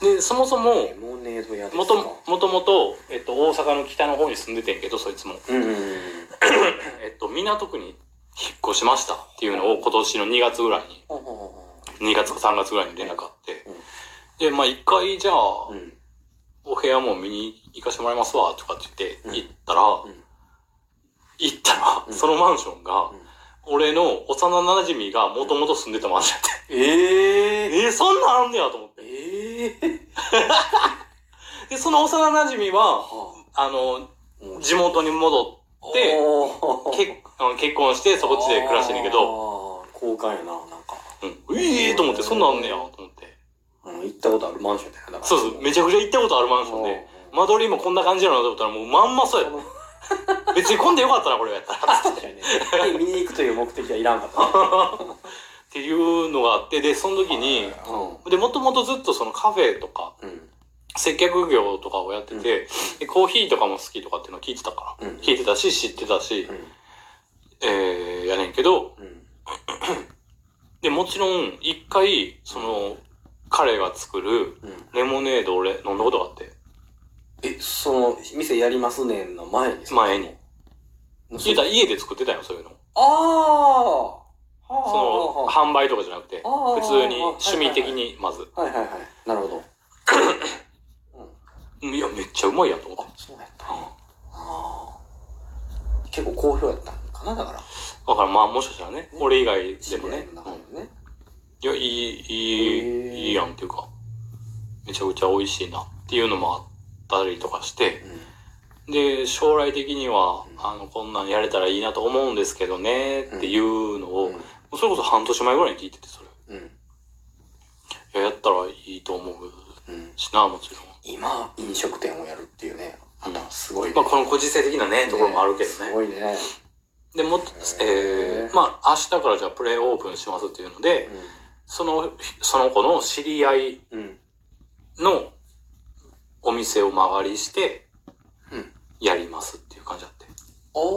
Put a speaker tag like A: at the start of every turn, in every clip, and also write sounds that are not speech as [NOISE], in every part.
A: でそもそも
B: レモネード屋ですか
A: もともともと、えっと、大阪の北の方に住んでてんけどそいつも、
B: うんうんうん
A: えっと、港区に引っ越しましたっていうのを今年の2月ぐらいに
B: ほうほうほ
A: 2月か3月ぐらいに連絡あって
B: うん、
A: でまあ一回じゃあ、
B: ううん
A: お部屋も見に行かせてもらいますわとかって言
B: う
A: って行
B: ん
A: ったら、
B: ん
A: 行ったら、
B: うん
A: そのマンションが、
B: ん
A: 俺の幼馴染がもともと住んでたマンションやっ
B: ええ
A: てえー、そんなんあんねやと思って
B: ええ
A: でその幼馴染は
B: は
A: あの
B: あ
A: 地元に戻って
B: で
A: 結あの結婚してそこっちで暮らしてんねんけど、
B: ど交換やななんか
A: うん、ええー、と思ってそんなんあんねやと思って
B: うん行ったことあるマンションだよだから
A: そうそうめちゃくちゃ行ったことあるマンションで
B: うん
A: 間取りもこんな感じなのと思ったらもうまんまそうやっ
B: こ
A: た別に混んでよかったなこれやったら
B: の確かにねで見に行くという目的はいらんかったね
A: っていうのがあってでその時にでもともとずっとそのカフェとか
B: うんうん
A: 接客業とかをやってて、でコーヒーとかも好きとかっていうのを聞いてたから、
B: うん
A: 聞いてたし知ってたし、
B: う
A: えー、やねんけど
B: んうん
A: でもちろん一回その彼が作る
B: うん
A: レモネードを俺飲んだことがあって
B: えその店やりますねんの前に
A: 前に聞いた
B: あ
A: ら家で作ってたよそういうの
B: あーはあ
A: その
B: は
A: 販売とかじゃなくて
B: あはあ
A: 普通に趣味的にまず
B: あはいはいはいなる
A: [COUGHS]
B: ほどうん
A: うんいやめっちゃうまいやんと思って
B: そうやったんやあー結構好評やったんかなだから
A: だからまあもしかしたらね俺以外でもね
B: 知り合いの中でもね
A: いや、いい、
B: へ
A: い
B: ー
A: い、いいやんっていうか、めちゃくちゃ美味しいなっていうのもあったりとかして、で、将来的には、あの、こんなんやれたらいいなと思うんですけどね、っていうのを、それこそ半年前ぐらいに聞いてて、それ。
B: うんうん
A: いや、やったらいいと思う
B: うん
A: しな、もちろん。
B: 今飲食店をやるっていうね
A: うん
B: すごいね
A: まあ、このご時世的なね、ところもあるけど
B: す
A: ね。
B: ごいね
A: で、もっと、えー、まあ、明日からじゃあプレイオープンしますっていうので、その、その子の知り合い
B: うんうん
A: のお店を間借りして
B: うん、
A: やりますっていう感じだって。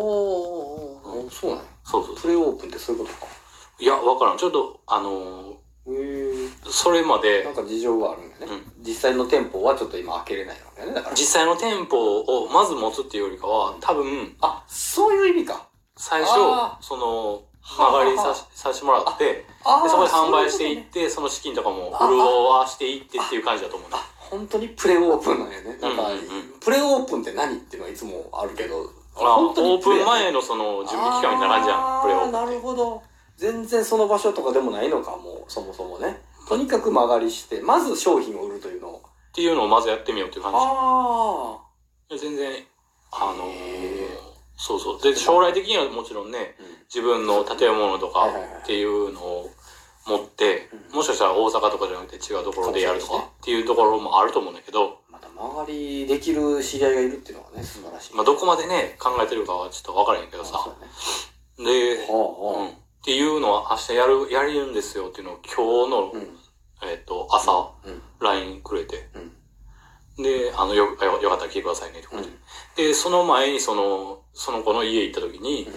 B: おーそうなんや
A: そうそうそ
B: プレオープンってそういうことか
A: う。いや、わからん。ちょっと、あの
B: へ
A: ーそれま
B: えなん
A: で、
B: か事情があるんやね
A: うん
B: 実際の店舗はちょっと今開けれないわけやねだから
A: 実際の店舗をまず持つっていうよりかは、多分、
B: あそういう意味か
A: 最
B: あ
A: 初、その、
B: はあ
A: 間借りさしさせてもらって、で
B: あー
A: そこで販売し
B: そう
A: て
B: いう
A: い
B: こ
A: っ
B: とね
A: て、その資金とかも
B: ああ
A: 潤わしていってっていう感じだと思うね。
B: あ本当にプレオープンなんやねなんか
A: うんうん
B: プレオープンって何っていうのはいつもあるけど
A: あオ
B: 本当
A: ー
B: に
A: プ
B: レ
A: ン前のその準備期間みたいな感じやん、プレ
B: あーな
A: オ
B: るほど全然その場所とかでもないのかもうそもそもねとにかく間借りしてまず商品を売るというのを
A: っていうのをまずやってみようっていう感じ。
B: あ
A: いや全然、あのー
B: へー
A: そうそう。で、将来的にはもちろんね、自分の建物とか
B: はいはいはい
A: っていうのを持って、
B: うん
A: もしかしたら大阪とかじゃなくて違うところでやると
B: そうで
A: かっていうところもあると思うんだけど、
B: また間借りできる知り合いがいるっていうのはね素晴らしい
A: まあ、どこまでね、考えてるかはちょっとわからへんけど
B: あ
A: さ
B: そ。うね
A: で、
B: はあ
A: うん。
B: は
A: っていうのは明日やる、やれるんですよっていうのを今
B: あう
A: 日の、
B: ん
A: えっ、と、朝、
B: うん
A: LINE くれて、
B: うん
A: で、あの、よ、よよかったら聞いてくださいねって
B: う
A: 感
B: ん
A: じで。で、その前にその、その子の家行った時に、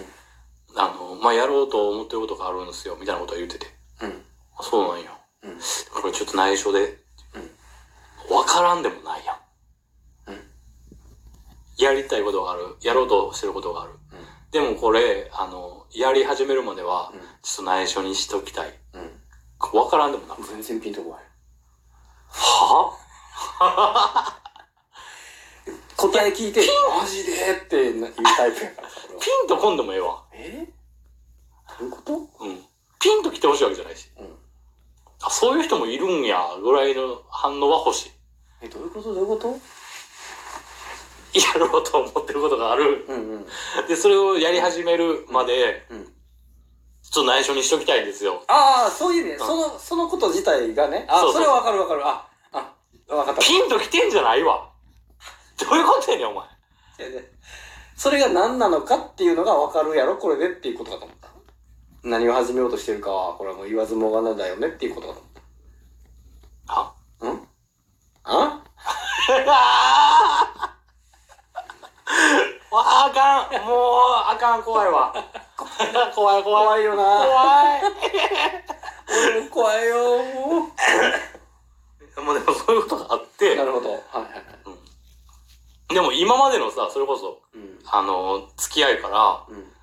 A: あの、まあ、やろうと思ってることがあるんですよ、みたいなことは言ってて。
B: うん
A: あそうなんや。
B: うん
A: これちょっと内緒で。わからんでもないやん。
B: うん
A: やりたいことがある。やろうとしてることがある。
B: うん
A: でもこれ、あの、やり始めるまでは
B: うん、
A: ちょっと内緒にしときたい。
B: うん
A: わからんでもない。
B: 全然ピンとこない
A: はぁ
B: [LAUGHS] 答え聞いてマジでって言うタイプやからさ俺は
A: ピンとこんでもええわ。
B: [LAUGHS] えどういうこと
A: うん。ピンと来てほしいわけじゃないし。
B: うん
A: あ、そういう人もいるんや、ぐらいの反応は欲しい。
B: えどういうことどういうこと
A: やろうと思ってることがある。
B: うんうん
A: で、それをやり始めるまで、
B: うん
A: ちょっと内緒にしときたいんですよ。
B: ああ、そういうね、
A: うん
B: その、そのこと自体がね、あ
A: そう
B: そ
A: そう
B: れはわかるわかる。あ、あ、わかった。
A: ピンと来てんじゃないわ。どういうことやねん、お前。
B: それが何なのかっていうのがわかるやろ、これでっていうことかと思った。何を始めようとしてるかは、これはもう言わずもがなだよねっていうことかと思っ
A: は
B: た。んあ
A: [LAUGHS] あーわあ、あかん。もう、あかん、怖いわ。 [LAUGHS] 怖い、怖い。
B: 怖いよな。
A: 怖い。
B: 俺も怖いよ、もう。
A: もうでもそういうことがあっでも今までのさ、それこそ、
B: うん。
A: あの、付き合いから、
B: うん。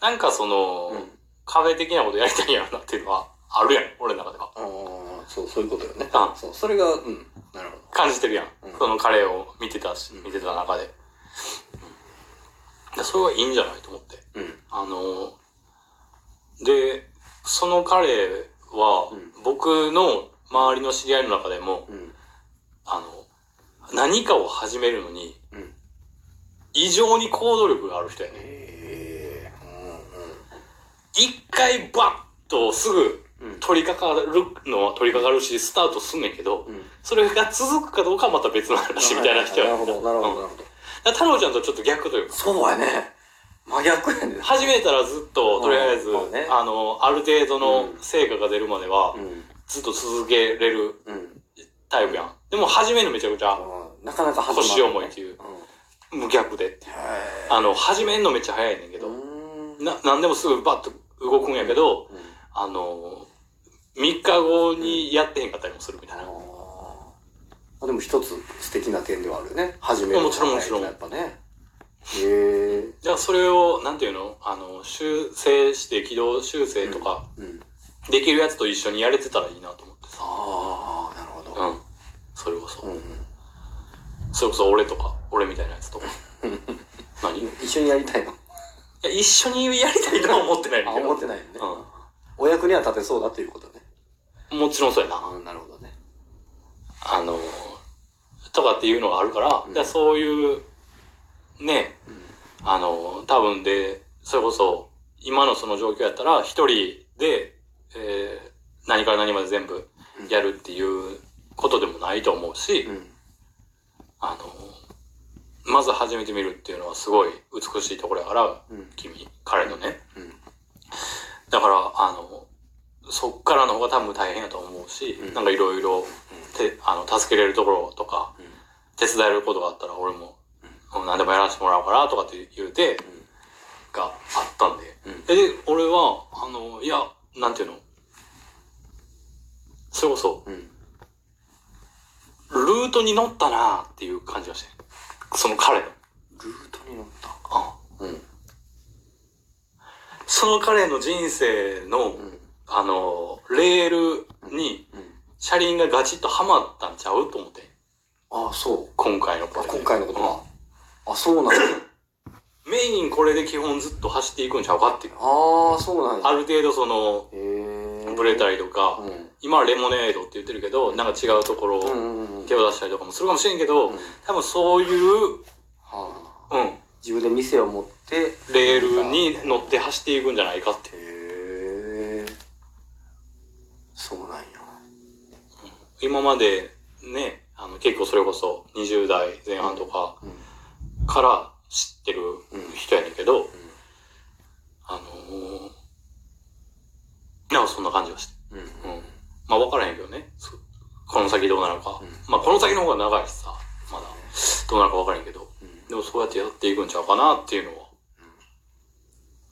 A: なんかその、
B: うん。
A: 壁的なことやりたいんやろなっていうのはあるやん、俺の中では。
B: ああ、そう、そういうことよね。
A: うん
B: そう、それが、うん。なるほ
A: 感じてるやん。
B: うん
A: その彼を見てたし
B: う、ん
A: 見てた中で。でそれはいいんじゃないと思って。
B: ど。うん。
A: あの、で、その彼は
B: う、ん
A: 僕の周りの知り合いの中でも、
B: うん。
A: あの、何かを始めるのに、
B: うん。
A: 異常に行動力がある人やね。
B: ええ。
A: 一回バッとすぐ
B: うん。うん。
A: 取り掛かるのは取り掛かるし、スタートすんねんけど、
B: うん。
A: それが続くかどうかはまた別の話みたいな人や
B: なるほど、なるほど、な
A: うん
B: るほ
A: だ
B: ど。
A: から太郎ちゃんとちょっと逆というか、
B: そうやね。真逆やね。
A: 始めたらずっと、とりあえず、
B: うんまあね
A: あの、ある程度の
B: うん
A: 成果が出るまでは
B: う、ん。
A: ずっと続けれる
B: うん。
A: タイプやん。でも始めるのめちゃくちゃ、
B: なかなか始
A: 腰重いっていう、
B: うん。
A: 無逆でっていう。
B: へ
A: あの、始めんのめっちゃ早いねんけ
B: え。う
A: ど、
B: ん。
A: な、なんでもすぐバッと動くんやけど、
B: うん
A: あの、3日後にやってへんかったりもするみたいな。
B: あーでも一つ素敵な点ではあるよね。初め
A: もちろんもちろん
B: やっぱね。へえ。
A: じゃあそれを、なんていうのあの、修正して、軌道修正とか、
B: うん。
A: できるやつと一緒にやれてたらいいなと思ってさ。
B: ああ、なるほ
A: う
B: ど。
A: ん。それこそ。
B: うん。
A: それこそ俺とか、俺みたいなやつ
B: [LAUGHS]
A: とか。何い
B: 一緒にやりたいの。
A: や、一緒にやりたいとは思ってないん
B: あ、
A: だけど。
B: 思ってないよね。お役には立てそうだということね。
A: うん。もちろんそうやな。
B: ああ、なるほどね。
A: あのとかっていうのがあるから、
B: うん
A: じゃあそういう、ね、あの多分で、それこそ、今のその状況やったら、一人で、えー何から何まで全部やるっていうことでもないと思うし、
B: うん。
A: あの、まず始めてみるっていうのはすごい美しいところやから、
B: うん
A: 君、彼のね。
B: うん。
A: だから、あの、そっからの方が多分大変やと思うし、
B: うん
A: なんかいろいろ、てあの、助けれるところとか、
B: うん
A: 手伝えることがあったら俺も、うん、何でもやらせてもらうからとかって言うて、があったんで。
B: うん
A: で、で俺は、あの、いや、なんていうのそれこそ、
B: うん。
A: ルートに乗ったなっていう感じがして。その彼の。
B: ルートに乗った。
A: うん
B: うん。
A: その彼の人生の、
B: うん。
A: あの、レールに
B: うん。
A: 車輪がガチッとはまったんちゃうと思って。
B: ああ、そう。
A: 今回のこ
B: あ
A: れで。
B: 今回のことは。あ、そうなんだ。
A: うんメインこれで基本ずっと走っていくんちゃうかっていう。
B: ああ、そうなんだ。
A: ある程度その、
B: へえ。
A: ブレたりとか、
B: うん。
A: 今はレモネードって言ってるけど、なんか違うところ
B: うん
A: を
B: うんうん。
A: 手を出したりとかもするかもしれんけど、
B: うん
A: 多分そういう、
B: はあ。
A: うん、
B: 自分で店を持って
A: レールに乗って走っていくんじゃないかって。
B: へえそうなんや
A: 今までね、あの結構それこそ20代前半とか、
B: うん
A: から知ってる人やねんけど、あのー、なんかそんな感じがして。
B: うんうん
A: うん。まあ分からへんけどね。そこの先どうなのか。
B: うん
A: まあこの先の方が長いしさ、まだどうなるか分からへんけど。でもそうやってやっていくんちゃうかなっていうのは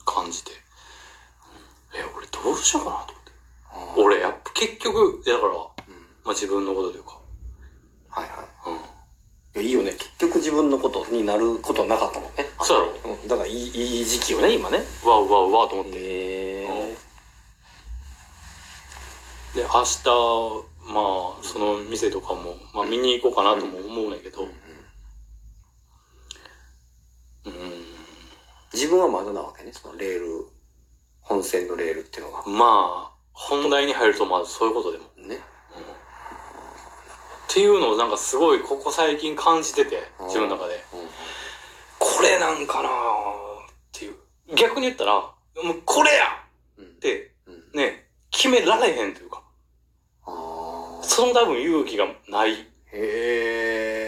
A: 感じて。うんえ、俺どうしようかなと
B: あー
A: 思って。俺やっぱ結局、いやだから、
B: うん
A: まあ自分のことというか。
B: はいは
A: うん。
B: いいやいいよね結局自分のことになることはなかったもんね
A: そうやろ
B: うんだからいいいい時期よね今ね
A: わうわうわと思って。
B: へえ
A: で明日まあその店とかも、まあ、見に行こうかなとも思うねんだけどうん、
B: 自分はまだなわけねそのレール本線のレールっていうのが
A: まあ本題に入るとまあそういうことでもっ
B: ね
A: ていうのをなんかすごいここ最近感じてて
B: うん
A: 自分の中で
B: うん
A: これなんかなーっていう逆に言ったらもうこれや
B: うん
A: って
B: うん
A: ね決められへんというか
B: ああ
A: その多分勇気がない
B: へ